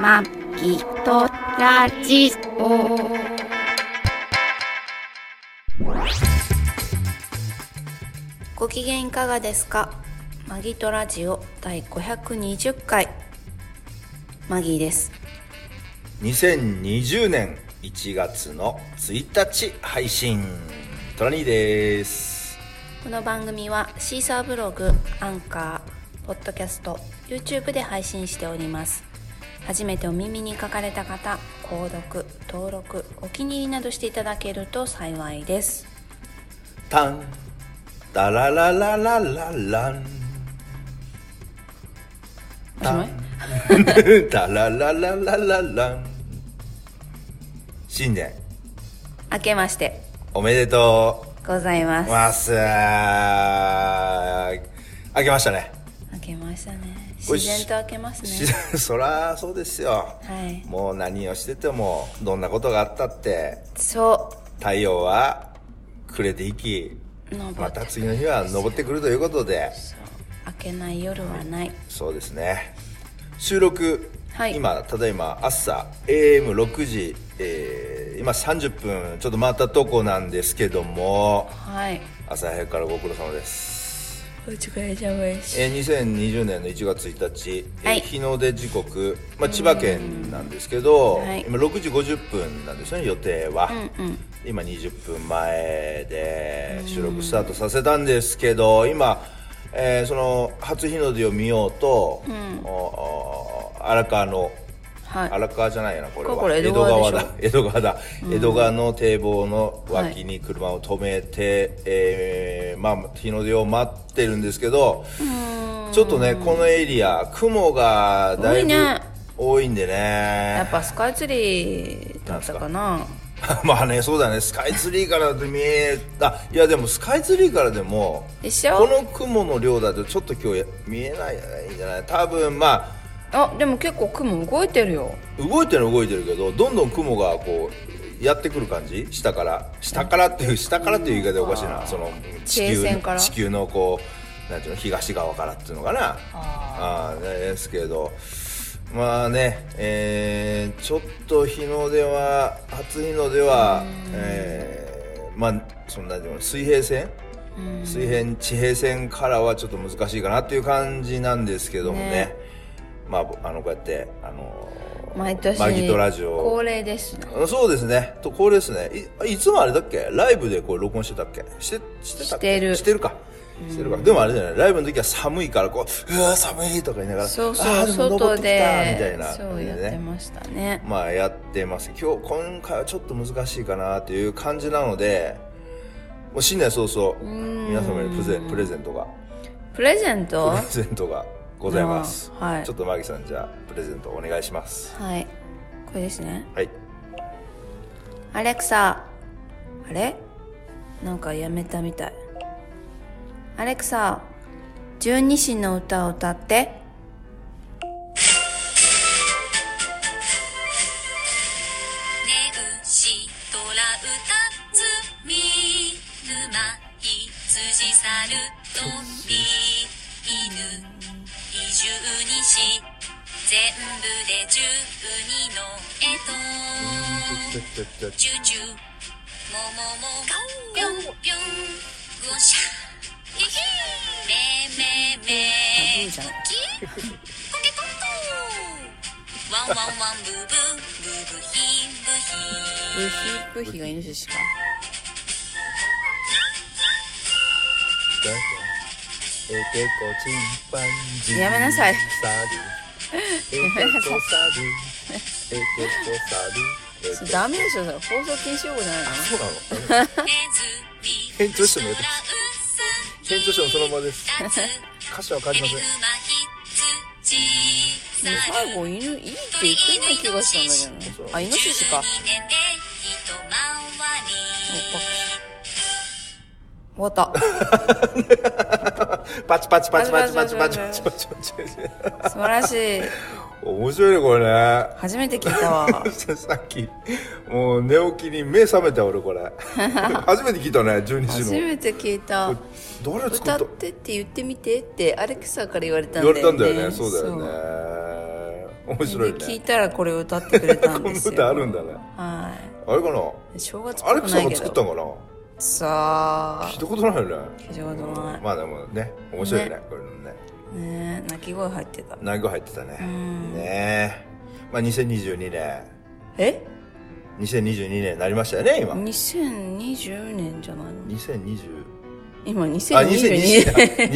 まきとラジオ。ご機嫌いかがですかマギトラジオ第520回。マギーです。 2020年1月の1日配信トラニーですこの番組はシーサーブログアンカーポッドキャスト YouTube で配信しております初めてお耳に書かれた方購読登録お気に入りなどしていただけると幸いですタンタラララララランおしまい タララララララン新年明けましておめでとございうますますあけましたね明けましたねこ自れ然と明けますしね そらそうですよはいもう何をしててもどんなことがあったってそ太陽は暮れていきう登ってまた次の日は昇ってくるということでそう明けない夜はないそうですね収録、はい今ただいま朝 AM6 時、えー今30分ちょっと回ったとこなんですけどもはい朝早くからご苦労様です、お疲れ様ですえー2020年の1月1日、えーはい日の出時刻、まあ、千葉県なんですけど、はい今6時50分なんですよね予定は、うんうん今20分前で収録スタートさせたんですけど今、えーその初日の出を見ようと、おお荒川の、はい荒川じゃないやなこれはこれ江戸川でしょだ 江戸川だ、江戸川の堤防の脇に車を止めて、えーまあ、日の出を待ってるんですけどちょっとねこのエリア雲がだ多いいぶね多いんでねやっぱスカイツリーだったかな まあねそうだねスカイツリーからで見えあいやでもスカイツリーからでもでしょこの雲の量だとちょっと今日見えないんじゃない多分まああでも結構雲動いてるよ動いてるのは動いてるけどどんどん雲がこうやってくる感じ下から下からっていう下からっていう言い方おかしいなその地地平球線から地球のこうなんていうの東側からっていうのかなああーですけどまあね、えーちょっと日の出は初日の出は、えーまあそんなでも水平線水平地平線からはちょっと難しいかなっていう感じなんですけどもねねまああのこうやってあのー毎年マギトラジオ恒例ですねうんそうですね。と、これですね。い、いつもあれだっけライブでこう録音してたっけして、してたっけしてるしてるか。してるか。でもあれじゃない。ライブの時は寒いからこう、うわー寒いとか言いながら、そうあそーうでも登外ってきたみたでいな。そうやってましたねまあやってます。今日、今回はちょっと難しいかなという感じなので、もう新年早々、皆様にプレゼンプレゼントが、プレゼントプレゼントがございます。あーはいちょっとマギさんじゃあ、プレゼントお願いします。はいこれですねはい。アレクサあれなんかやめたみたいアレクサ十二神の歌を歌ってねうしとらうたつみぬまひつじさるとんび犬いじゅうにし全部で十二のえとじゅじゅもももぴょんぴょんごしゃひひめめめあクッキーポケポンポンワンワンワンブーブーブーブーヒーブーヒブーヒブヒがイノシシかややめめななささいめなさいい。それダダメメでしょそれ放送禁止用語じゃないの そうなの返返答してもやって返答してもそのままです歌詞は変わりませんね最後犬いいって言ってない気がしたんだけどなあイノシシか終わったパチパチパチパチパチパチパチパチパチ素晴らしい面白いねこれね初めて聞いたわさっきもう寝起きに目覚めた俺 これ初めて聞いたね12初時のめて聞いた誰作歌っったてって言ってみてってアレクサから言われたん言だよわねれたんだよねそうだよね面白いね聞いたらこれを歌ってくれたんこんでなすよ歌あるんだねはあれかない正月っアレぽクくサないがけど作ったんかなさあ聞いたことないよね聞いたことないまあでもね面白いねねこれのねねえ泣き声入ってた内容入ってたねうんねえまあ2022年え2022年になりましたよね今2020年じゃないの2020今あ2022年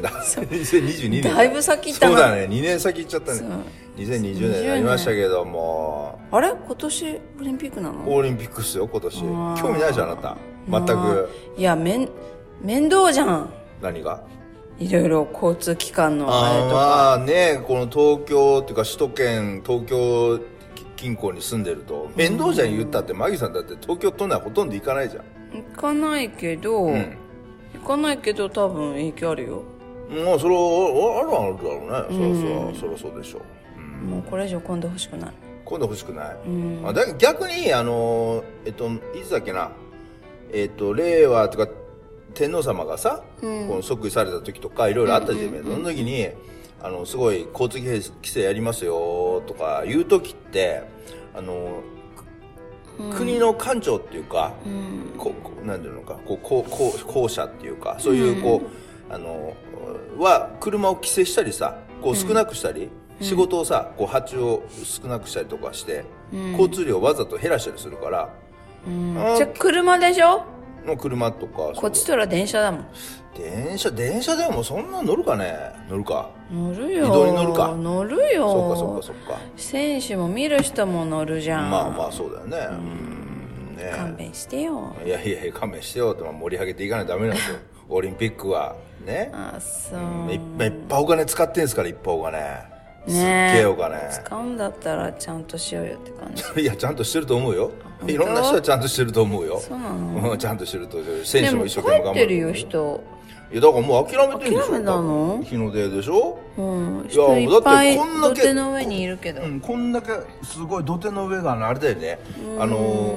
2020 2020年 だ2022年だいぶ先行ったなそうだね2年先行っちゃったそねう2020年になりましたけどもあれ今年オリンピックなのオリンピックっすよ今年あー興味ないでしょあなた全まあくいやめん面倒じゃん何がいろいろ交通機関のあれとかあーまあねこの東京っていうか首都圏東京近郊に住んでると面倒じゃん言ったってマギさんだって東京都内ほとんど行かないじゃん行かないけど、うん行かないけど多分影響あるよまあそれはあるはあるだろうねそりゃうんそうそりゃそうでしょう、うんもうこれ以上混んでほしくない今度欲しくない、んあだ逆にあのえっといつだっけなえっと令和とか天皇様がさ、この即位された時とかいろいろあったじゃん、その時にあのすごい交通規制やりますよとかいう時ってあの、く国の官庁っていうか、こうこうなんていうのかこうこうこう校舎っていうかそういうこう、あのは車を規制したりさこう少なくしたり、仕事をさこう発注を少なくしたりとかして、交通量をわざと減らしたりするから、あじゃあ車でしょの車とかこっちとら電車だもん電車電車でもそんな乗るかね乗るか乗るよ移動に乗るか乗るよそうかそうかそうか選手も見る人も乗るじゃんまあまあそうだよねうんね勘弁してよいやいやいや勘弁してよってまあ盛り上げていかないとダメなん ですよオリンピックはねあそういっぱいいっぱいお金使ってんすからいっぱいお金すっねえげえお金使うんだったらちゃんとしようよって感じいやちゃんとしてると思うよいろんな人はちゃんとしてると思うよそうなのうんちゃんとしてると思うよ選で手もも一帰生懸命頑っ張ると思てうるよ人いやだからもう諦めてるんでしょ諦めたの日の出でしょうんいや人いっぱいだってこんだ土け手の上にいるけどうん、こんだけすごい土手の上があのあれだよねあの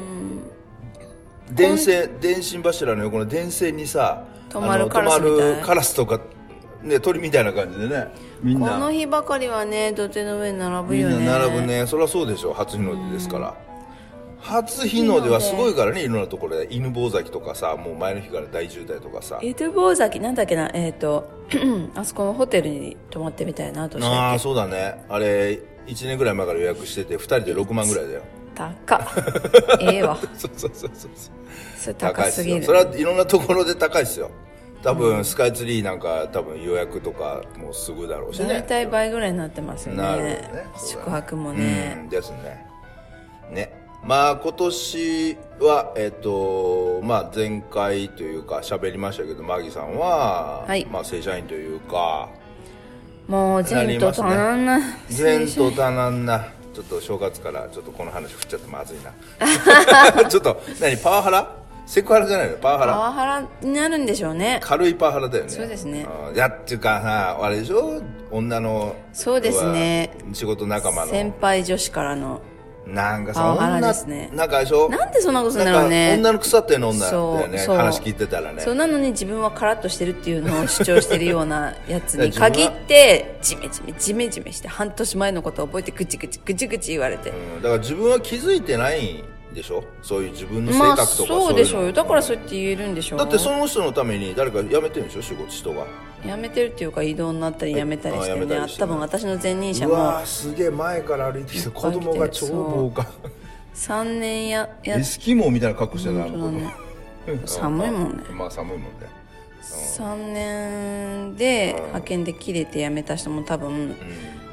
ー電線電信柱の横の電線にさ止まるあのカラスみたい止まるカラスとか、ね、鳥みたいな感じでねみんこなの日ばかりはね土手の上に並ぶみよねんな並ぶねそりゃそうでしょ初日の出ですから初日の出はすごいからねいろんなところで犬坊崎とかさもう前の日から大渋滞とかさ江戸坊崎なんだっけなえっ、と あそこのホテルに泊まってみたいなとしたあらあそうだねあれ1年ぐらい前から予約してて2人で6万ぐらいだよ 高っええわそうそうそうそうそうそれ高高いっすすぎよるそれはいろんなところで高いっすよ多分スカイツリーなんか多分予約とかもうすぐだろうしね大体倍ぐらいになってますよねなるほどねそうだね宿泊もうねんですねねまあ今年はえっ、とまあ前回というか喋りましたけどマギさんは、はいまあ正社員というかもう前途多難な前途多難なちょっと正月からちょっとこの話振っちゃってまずい なちょっと何パワハラセクハラじゃないのパワハパラワハラになるんでしょうね軽いパワハラだよねそうですねうんいやっていうかさあれでしょ女のそうですね仕事仲間先の輩女子からのなんかパさワハラ女ですねなんかでしょなんでそんなことするんだなろんうかね女の腐ったような女だよねそうそう話聞いてたらねそうなのに自分はカラッとしてるっていうのを主張してるようなやつ にだから限っ自分はてジメジメジメジメして半年前のことを覚えてぐちぐちぐちぐち言われて、うんだから自分は気づいてないんでしょそういう自分の性ま格とあかそうでしょうよだからそういやって言えるんでしょううのだってその人のために誰か辞めてるんでしょ仕事人が辞めてるっていうか異動になったり辞めたりしてあ辞めねたありして多分私の前任者うわもーすげえ前から歩いてきて子供が超防寒3年ややエスキモーみたいな格好してたあの子本供 寒いもんねまあ寒いもんね3年で派遣で切れて辞めた人も多分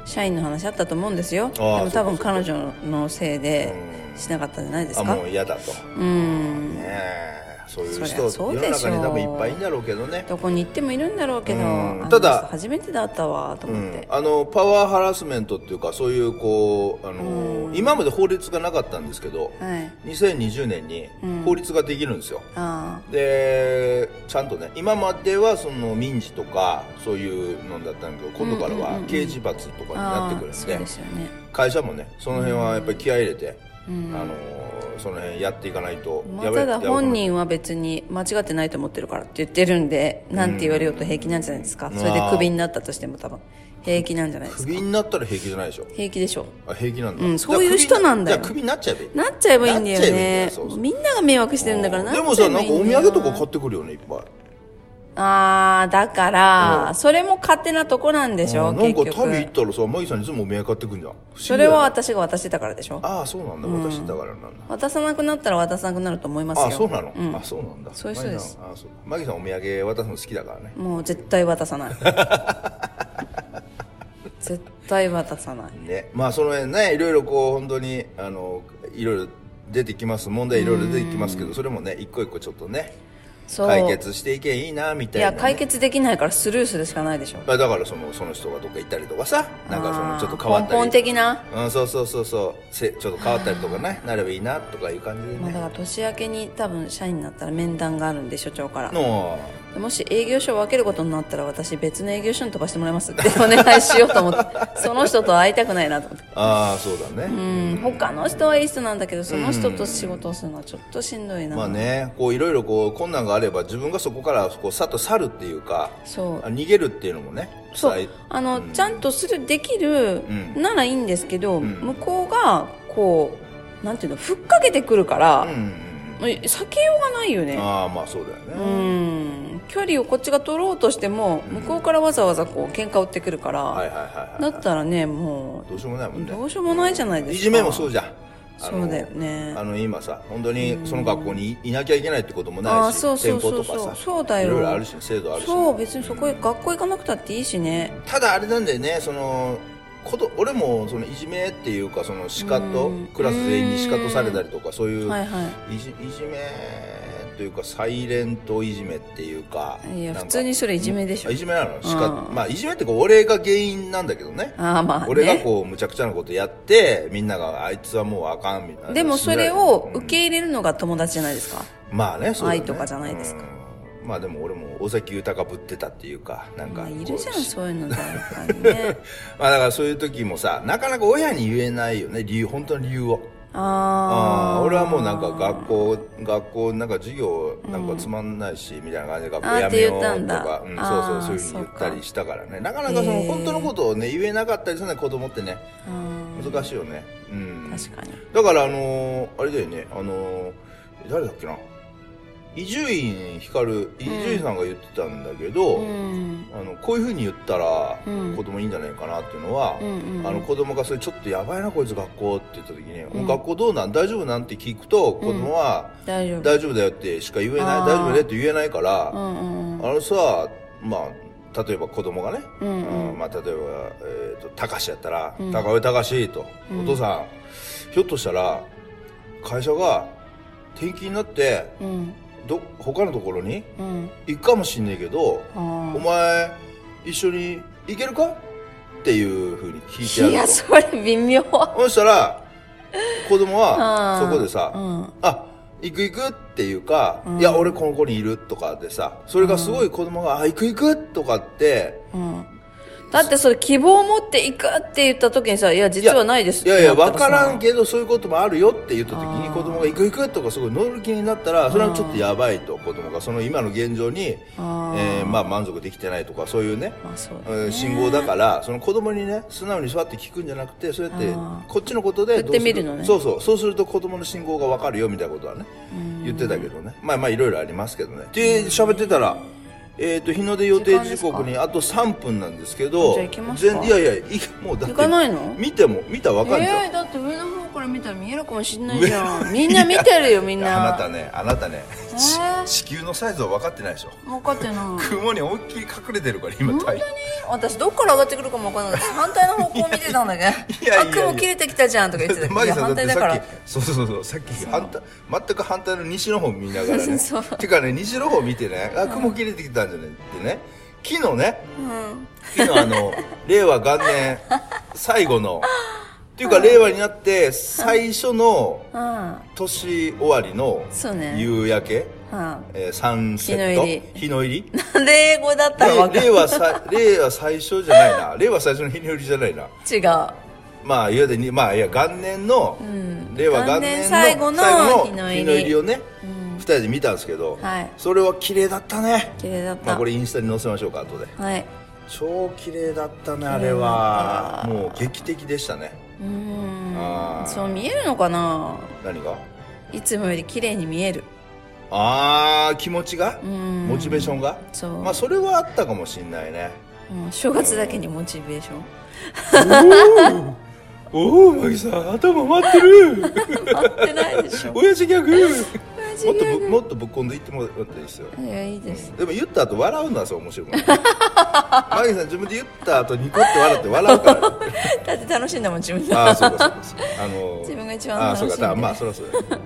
社員の話あったと思うんですよでああも多分彼女のせいでうんしなかったんじゃないですあかもう嫌だとうんねえそういうそり人ゃそう世のでしょ中に多分いっぱいいるんだろうけどねどこに行ってもいるんだろうけどうんあのただ人初めてだったわと思っうんてあのパワーハラスメントっていうかそういうこうあの今まで法律がなかったんですけど、はい2020年に法律ができるんですよ、あでちゃんとね今まではその民事とかそういうのだったんだけど今度からは刑事罰とかにあなってくるんあで、あそうですよね会社もねその辺はやっぱり気合い入れて、あのーその辺やっていかないと、まやあ、ばいただやばくな本人は別に間違ってないと思ってるからって言ってるんで、なんて言われようと平気なんじゃないですか。それでクビになったとしても多分、平気なんじゃないですクか。ビになったら平気じゃないでしょ平気でしょあ平気なんだ、うんそういう人なんだよじゃあクビになっちゃえばいいなっちゃえばいいんだよなっちゃえばいいんだねよそうそうみんなが迷惑してるんだからなっちでゃえばいいもんださよなんかお土産とか買ってくるよねいっぱいあーだから、それも勝手なとこなんでしょあなん結か局旅行ったらさマギさんいつもお土産買ってくんじゃん不思議そだれよはね私が渡してたからでしょああそうなんだ私だからなんだ、渡さなくなったら渡さなくなると思いますよああそうなの、んあそうなんだそういう人ですマギさんあそうマギさんお土産渡すの好きだからねもう絶対渡さない 絶対渡さないねまあその辺ねいろいろこう本当にあのいろいろ出てきます問題いろいろ出てきますけどそれもね一個一個ちょっとねそう解決していけばいいなみたいいやな、ね、解決できないからスルーするしかないでしょまあだからそのその人がどっか行ったりとかさなんかそあのーちょっと変わったり根本的なうんそうそうそうそうせちょっと変わったりとかねなればいいなとかいう感じでまあ、だねから年明けに多分社員になったら面談があるんで所長からのもし営業所を分けることになったら私別の営業所に飛ばしてもらいますってお願いしようと思って その人と会いたくないなと思ってああそうだね、うん他の人はいい人なんだけどその人と仕事をするのはちょっとしんどいな、まあねこういろいろこう困難があれば自分がそこからこうさっと去るっていうかそうあ逃げるっていうのもねそさいうあの、ちゃんとするできるんならいいんですけど、向こうがこうなんていうのふっかけてくるから、うんうん避けようがないよねうんああまあそうだよね、うん距離をこっちが取ろうとしても向こうからわざわざこう喧嘩売ってくるから、はいはいはいはいだったらねもどうしようもないもうんねどうしようもないじゃないですかいじめもそうじゃんあのそうだよねあの今さ本当にその学校にいいなきゃいけないってこともないしあーそうそうそうそう店舗とかさそうだよいろいろあるし制度あるしそう別にそこへ学校行かなくたっていいしねただあれなんだよねそのこと俺もそのいじめっていうかそのシカとうんクラス全員にシカとされたりとかそういう、はいいはじいじめというかサイレントいじめっていうかいいやなんか普通にそれいじめでしょあいじめなのシカうんまあいじめってこう俺が原因なんだけどねああまあ、ね、俺がこうむちゃくちゃなことやってみんながあいつはもうあかんみたいなでもそれを受けけ入れるのが友達じゃないですか、まあね、そうだね愛とかじゃないですかうんまあでも俺も尾崎豊ぶってたっていうか、なんまかあ、こう。いるじゃんそう いうのだねまあだからそういう時もさ、なかなか親に言えないよね、理由、本当の理由を。ああああー、俺はもうなんか学校、学校なんか授業なんかつまんないし、みたいな感じで学校あーやめよって言うとったんだか、うん、あそうーそう、そういうふうに言ったりしたからね。なかなかそへのー本当のことをね、言えなかったりするのは子供ってね、うん難しいよね。うん。確かにだからあのーあれだよねあのー誰だっけな伊集院光伊集院さんが言ってたんだけど、うんあのこういうふうに言ったらうん子供いいんじゃないかなっていうのは、うんうんあの子供がそれちょっとやばいなこいつ学校って言った時に、ん学校どうなん大丈夫なんって聞くと子供は、大丈夫大丈夫だよってしか言えないあー大丈夫だよって言えないから、うんうんうんあのさまあ例えば子供がね、うんうんあーまあ、例えば、えー、と高志やったら「うん高上高志」と、うんお父さんひょっとしたら会社が転勤になってうんど他のところにうん行くかもしんねえけど、あーお前一緒に行けるか?」っていうふうに聞いてやいやるとそれ微妙そし たら子供はうんそこでさ「うんあ行く行くっていうか、うんいや、俺この子にいるとかでさ、それがすごい子供が、あ、行く行くとかって、うんだってそれ希望を持っていくって言った時にさ「いや実はないです」いやいや、ってなわったからんさけど、そういうこともあるよって言った時にあー子供が行く行くとかすごい乗る気になったら、それはちょっとやばいと、子供がその今の現状に、えあーーまあ満足できてないとか、そういうね、まあそうだねうん信号だから、その子供にね、素直に座って聞くんじゃなくて、そうやってあー、こっちのことで振ってみるのねどうするそうそう、そうすると子供の信号がわかるよみたいなことはね、言ってたけどね。まあまあいろいろありますけどね。で、喋ってたら、えっと、日の出予定時刻にあと3分なんですけど、じゃあ行きますか全いやいや、いもうだっ行て、かないの見ても、見たらわかるじゃん。えー、だって上の方から見たら見えるかもしんないじゃんみんな見てるよみんな あなたねあなたね、えー地球のサイズは分かってないでしょ分かってない本雲に思いっきり隠れてるから今当に私どっから上がってくるかも分からない反対の方向見てたんだけいやいやいやどあ雲切れてきたじゃんとか言ってたマいギやさん反だっ対てだかさっらきそうそうそうさっき反対全く反対の西の方見なが らねそうてかね西の方見てねあ雲切れてきたんじゃないってね昨日ね昨日あ の令和元年最後のっていうか令和になって最初のうんは年終わりのそうね夕焼け、あえーサンセ日の入ッりト日の入 りなんで英語だったら分か令る和さ令和最初じゃないな令和最初の日によりじゃないな違うまあいわゆるにまあいや元年の、ん令和元元年の年最後の日日のの入入りりをね、二人で見たんですけど、はいそれは綺麗だったね綺麗だった、まあこれインスタに載せましょうか後ではい超綺麗だったねあれはもう劇的でしたねうーあーんそう見えるのかな何がいつもより綺麗に見えるああ気持ちがうんモチベーションがそう、まあそれはあったかもしんな いねうん正月だけにモチベーションおおマギさん頭回ってる 合ってないでし ょ親父ギャグマジもっとギャぶもっとぶっこんでいってもらっていいですよグいやいいですでも言った後笑うのはそう面白 くないマギさん自分で言った後ニコって笑って笑うか らだって楽しいんだもん自分がああそうかそうかあの自分が一番ああ楽しそんうでかだからまあそりゃそうだよ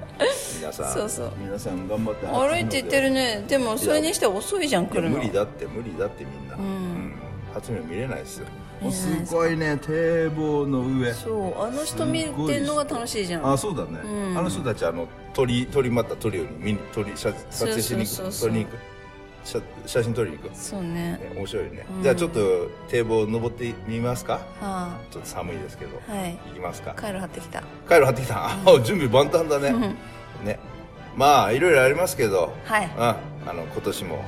皆さんそうそう皆さん頑張って歩いて行ってるねでもそれにしては遅いじゃんいや来るの無理だって無理だってみんな、うんん初見は見れな見れないですよいですかもうすごいね堤防の上そうあの人見てんのが楽しいじゃんあそうだね、うんあの人たちあの鳥鳥また撮るように見に撮り写撮影しに行くそうそうそうそう撮りに行く写写真撮りに行く、ね、そうね面白いね、うんじゃあちょっと堤防登ってみますかはちょっと寒いですけど、あはい行きますかカイロ貼ってきたカイロ張ってきたあ 準備万端だね、ねまあいろいろありますけど、はいうん、あの今年も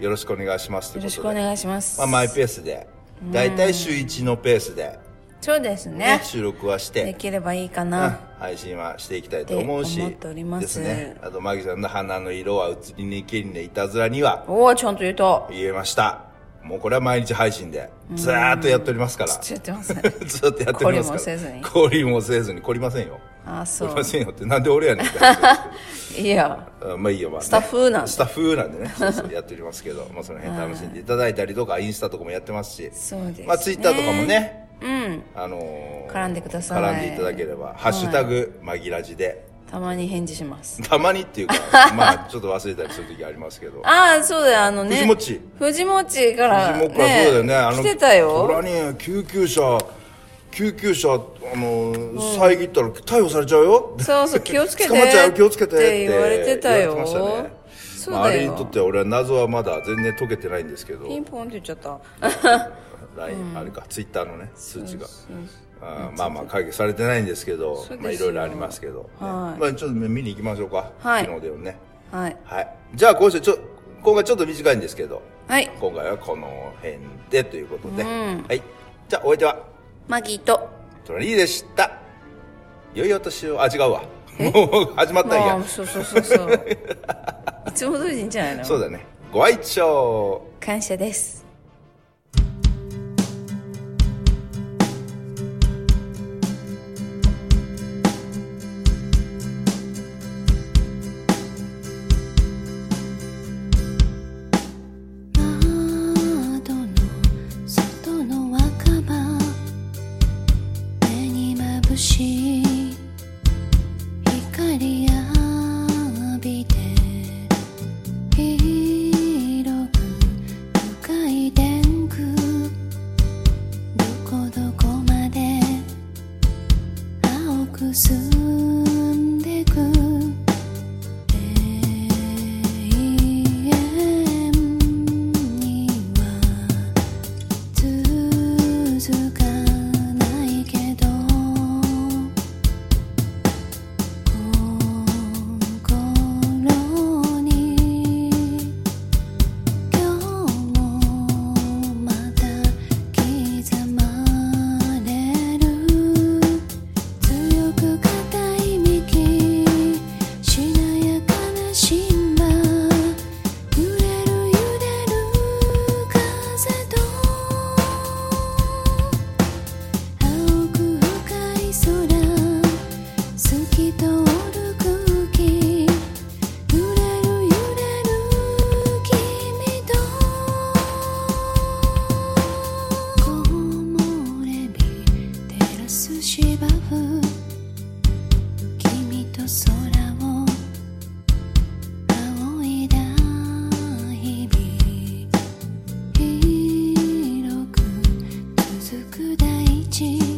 よろしくお願いしますとよいうろこしとくでお願いしますまあ、マイペースで大体週1のペースで、そうですねね収録はしでて、きればいいかうんな配信はしていきたいと思うしって思っておりますですねあとマギさんの花の色は移りにけりねいたずらにはおおちゃんと言うと言えましたもうこれは毎日配信でずーっとやっておりますから ずちょっとやってますねーっとやっておりますか懲らりもせずに懲りもせずに懲りませんよあそ懲りうませんよってなんで俺やねん って話ですけどいやうんまあいいよ、まあねスタッフなんでスタッフなんでね、そうそうやっておりますけど、まあその辺楽しんでいただいたりとか、インスタとかもやってますし、そうですねまあツイッターとかもね、うんあのー絡んでください絡んでいただければ、ハッシュタグ、まぎらじで、たまに返事しますたまにって いうか、まあちょっと忘れたりする時ありますけど、ああそうだよあのね藤もち藤もちから僕はそうだよね、あ来の、てた虎よに救急車、救急車、あのー、遮ったら逮捕されちゃうよそう そう気をつけて捕まっちゃう気をつけてっってて言われてたよ言われてましたねそうまあ、あだれよ、にとっては俺は謎はまだ全然解けてないんですけどピンポンって言っちゃった LINE、あれかツイッターのね数値があーまあまあ解決されてないんですけどそうですよまあいろいろありますけど、ねはいまあちょっと見に行きましょうか、はい昨日でもねはいはいじゃあ今週ちょ今回ちょっと短いんですけどはい今回はこの辺でということで、はいじゃあお相手はマギーとトラリーでした良いお年をあ違うわもう始まったんまやあそうそうそうそう いつも通りでいいんじゃないのそうだねご愛聴感謝です窓の外の若葉目にまぶしい光浴びて広く深い天空どこどこまで青く澄んでく「永遠には続かないけど」「心に今日もまた刻まれる」強く固い幹しなやかな心葉揺れる揺れる風と青く深い空透き通る空気揺れる揺れる君と木漏れ日照らす芝生君と空を仰いだ日々広く続く大地